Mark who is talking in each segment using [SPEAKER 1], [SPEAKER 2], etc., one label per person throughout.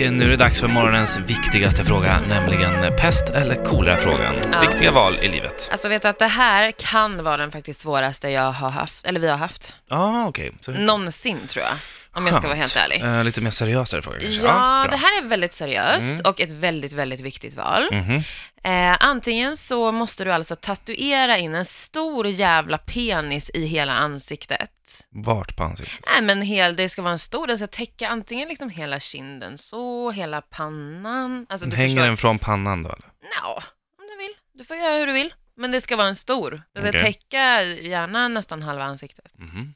[SPEAKER 1] eh, Nu är det dags för morgonens viktigaste fråga, nämligen pest eller kolera-frågan.
[SPEAKER 2] Ja.
[SPEAKER 1] Viktiga val i livet.
[SPEAKER 2] Alltså vet du att det här kan vara den faktiskt svåraste jag har haft, eller vi har haft,
[SPEAKER 1] Ja, ah, okej. Så-
[SPEAKER 2] någonsin tror jag. Om jag ska vara
[SPEAKER 1] Skönt.
[SPEAKER 2] helt ärlig.
[SPEAKER 1] Eh, lite mer seriösare fråga kanske?
[SPEAKER 2] Ja,
[SPEAKER 1] bra.
[SPEAKER 2] det här är väldigt seriöst
[SPEAKER 1] Mm.
[SPEAKER 2] och ett väldigt, väldigt viktigt val.
[SPEAKER 1] Mhm.
[SPEAKER 2] Eh, antingen så måste du alltså tatuera in en stor jävla penis i hela ansiktet.
[SPEAKER 1] Vart på ansiktet?
[SPEAKER 2] Nej men hel, det ska vara en stor, den ska täcka antingen liksom hela kinden så, hela pannan. Alltså du
[SPEAKER 1] Hänger
[SPEAKER 2] förstår.
[SPEAKER 1] den från pannan då eller?
[SPEAKER 2] Nja, om du vill. Du får göra hur du vill. Men det ska vara en stor. Den ska
[SPEAKER 1] Okej.
[SPEAKER 2] täcka gärna nästan halva ansiktet.
[SPEAKER 1] Mhm.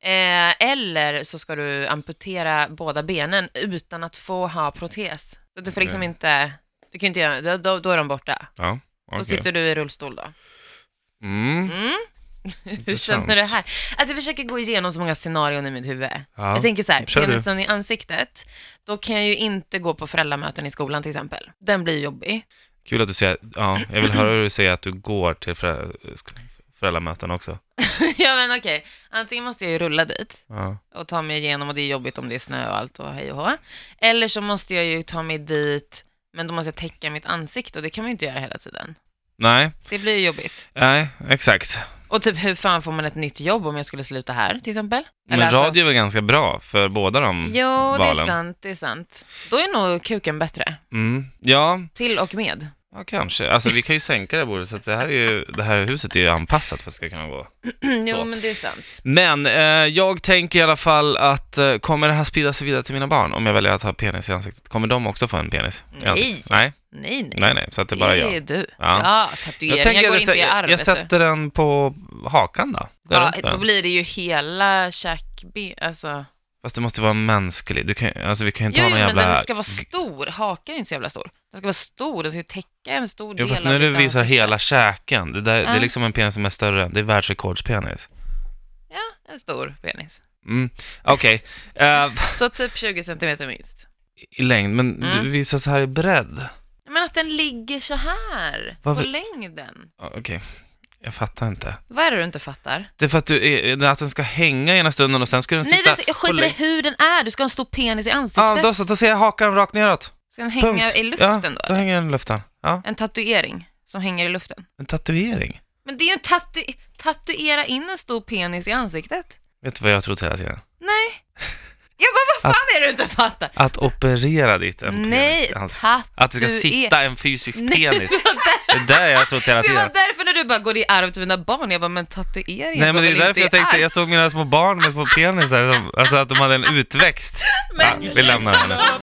[SPEAKER 2] Eh, eller så ska du amputera båda benen utan att få ha protes. Så du får liksom
[SPEAKER 1] Okej.
[SPEAKER 2] inte, du kan inte göra, då, då, då är de borta.
[SPEAKER 1] Ja,
[SPEAKER 2] Då
[SPEAKER 1] okej.
[SPEAKER 2] sitter du i rullstol då.
[SPEAKER 1] Mm.
[SPEAKER 2] Mm. Hur
[SPEAKER 1] Intressant.
[SPEAKER 2] känner du här? Alltså jag försöker gå igenom så många scenarion i mitt huvud.
[SPEAKER 1] Ja.
[SPEAKER 2] Jag tänker så här,
[SPEAKER 1] Kör du.
[SPEAKER 2] penisen i ansiktet, då kan jag ju inte gå på föräldramöten i skolan till exempel. Den blir jobbig.
[SPEAKER 1] Kul att du säger, ja, jag vill höra hur du säger att du går till förä- föräldramöten också.
[SPEAKER 2] ja men okej, antingen måste jag ju rulla dit
[SPEAKER 1] Ja.
[SPEAKER 2] och ta mig igenom och det är jobbigt om det är snö och allt och hej och hå. Eller så måste jag ju ta mig dit, men då måste jag täcka mitt ansikte och det kan man ju inte göra hela tiden.
[SPEAKER 1] Nej,
[SPEAKER 2] Det blir ju jobbigt.
[SPEAKER 1] nej, exakt.
[SPEAKER 2] Och typ hur fan får man ett nytt jobb om jag skulle sluta här till exempel?
[SPEAKER 1] Men
[SPEAKER 2] Eller alltså-
[SPEAKER 1] radio är väl ganska bra för båda de
[SPEAKER 2] Jo, det är
[SPEAKER 1] valen?
[SPEAKER 2] sant, det är sant. Då är nog kuken bättre,
[SPEAKER 1] Mm. Ja,
[SPEAKER 2] till och med.
[SPEAKER 1] Ja, kanske. Alltså vi kan ju sänka det här bordet, så att det här, är ju, det här huset är ju anpassat för att det ska kunna gå.
[SPEAKER 2] jo,
[SPEAKER 1] Så.
[SPEAKER 2] men det är sant.
[SPEAKER 1] Men eh, jag tänker i alla fall att, eh, kommer det här sprida sig vidare till mina barn om jag väljer att ha penis i ansiktet? Kommer de också få en penis? i
[SPEAKER 2] Nej.
[SPEAKER 1] ansiktet? Nej,
[SPEAKER 2] Nej, nej.
[SPEAKER 1] nej, nej, så att det är bara
[SPEAKER 2] Det är
[SPEAKER 1] jag.
[SPEAKER 2] du.
[SPEAKER 1] Ja.
[SPEAKER 2] Ja,
[SPEAKER 1] Jag
[SPEAKER 2] tatueringar
[SPEAKER 1] tänker
[SPEAKER 2] går
[SPEAKER 1] att
[SPEAKER 2] inte
[SPEAKER 1] jag,
[SPEAKER 2] i
[SPEAKER 1] jag,
[SPEAKER 2] arv.
[SPEAKER 1] jag
[SPEAKER 2] vet du.
[SPEAKER 1] sätter den på hakan då. Där
[SPEAKER 2] Ja,
[SPEAKER 1] runt
[SPEAKER 2] då
[SPEAKER 1] den.
[SPEAKER 2] blir det ju hela käkben, alltså.
[SPEAKER 1] Fast det måste vara mänsklig. Du kan, alltså, vi kan ju inte
[SPEAKER 2] Jo, jo,
[SPEAKER 1] ha någon
[SPEAKER 2] men
[SPEAKER 1] jävla...
[SPEAKER 2] den ska vara stor. Hakan är ju inte så jävla stor. Den ska vara stor, den ska ju täcka en stor
[SPEAKER 1] Jo,
[SPEAKER 2] del
[SPEAKER 1] fast
[SPEAKER 2] av
[SPEAKER 1] nu du
[SPEAKER 2] ditt
[SPEAKER 1] visar
[SPEAKER 2] ansikte.
[SPEAKER 1] hela käken. Det, där, det är
[SPEAKER 2] Ja.
[SPEAKER 1] liksom en penis som är större. Det är världsrekordspenis.
[SPEAKER 2] Ja, en stor penis.
[SPEAKER 1] Mm. Okej. Eh,
[SPEAKER 2] Så typ 20 centimeter minst.
[SPEAKER 1] i längd, men du
[SPEAKER 2] Mm.
[SPEAKER 1] visar så här i bredd.
[SPEAKER 2] Men att den ligger så här,
[SPEAKER 1] Varför-
[SPEAKER 2] på längden.
[SPEAKER 1] Ja, Okej, jag fattar inte.
[SPEAKER 2] Vad är det du inte fattar?
[SPEAKER 1] Det är för att, du, är- att den ska hänga ena stunden och sen ska den
[SPEAKER 2] Nej,
[SPEAKER 1] sitta...
[SPEAKER 2] det, jag skiter i
[SPEAKER 1] det.
[SPEAKER 2] hur den är. Du ska ha en stor penis i ansiktet.
[SPEAKER 1] Ja, då så, då ser jag hakan rakt neråt.
[SPEAKER 2] Ska den
[SPEAKER 1] Punkt.
[SPEAKER 2] hänga
[SPEAKER 1] ja,
[SPEAKER 2] i luften
[SPEAKER 1] då?
[SPEAKER 2] då? eller?
[SPEAKER 1] hänger den i luften. Ja,
[SPEAKER 2] En tatuering som hänger i luften.
[SPEAKER 1] en tatuering.
[SPEAKER 2] Men det är ju en tatu... tatuera in en stor penis i ansiktet.
[SPEAKER 1] Vet du vad jag har trott hela tiden?
[SPEAKER 2] Nej. Jag bara, vad fan är det du inte fattar?
[SPEAKER 1] Att operera dit en penis
[SPEAKER 2] Nej,
[SPEAKER 1] i ansiktet.
[SPEAKER 2] tatu...
[SPEAKER 1] Att det ska
[SPEAKER 2] är-
[SPEAKER 1] sitta en fysisk
[SPEAKER 2] Nej,
[SPEAKER 1] penis.
[SPEAKER 2] det var där-
[SPEAKER 1] Det är där jag har trott hela
[SPEAKER 2] Det
[SPEAKER 1] tiden.
[SPEAKER 2] var därför när du bara går i arv till mina barn, jag bara, men tatueringen
[SPEAKER 1] Nej
[SPEAKER 2] går
[SPEAKER 1] men det är
[SPEAKER 2] väl
[SPEAKER 1] därför jag
[SPEAKER 2] inte i
[SPEAKER 1] tänkte,
[SPEAKER 2] arv?
[SPEAKER 1] jag såg mina små barn med små penisar, som, alltså att de hade en utväxt.
[SPEAKER 2] Men
[SPEAKER 1] Ja, vi lämnar det nu.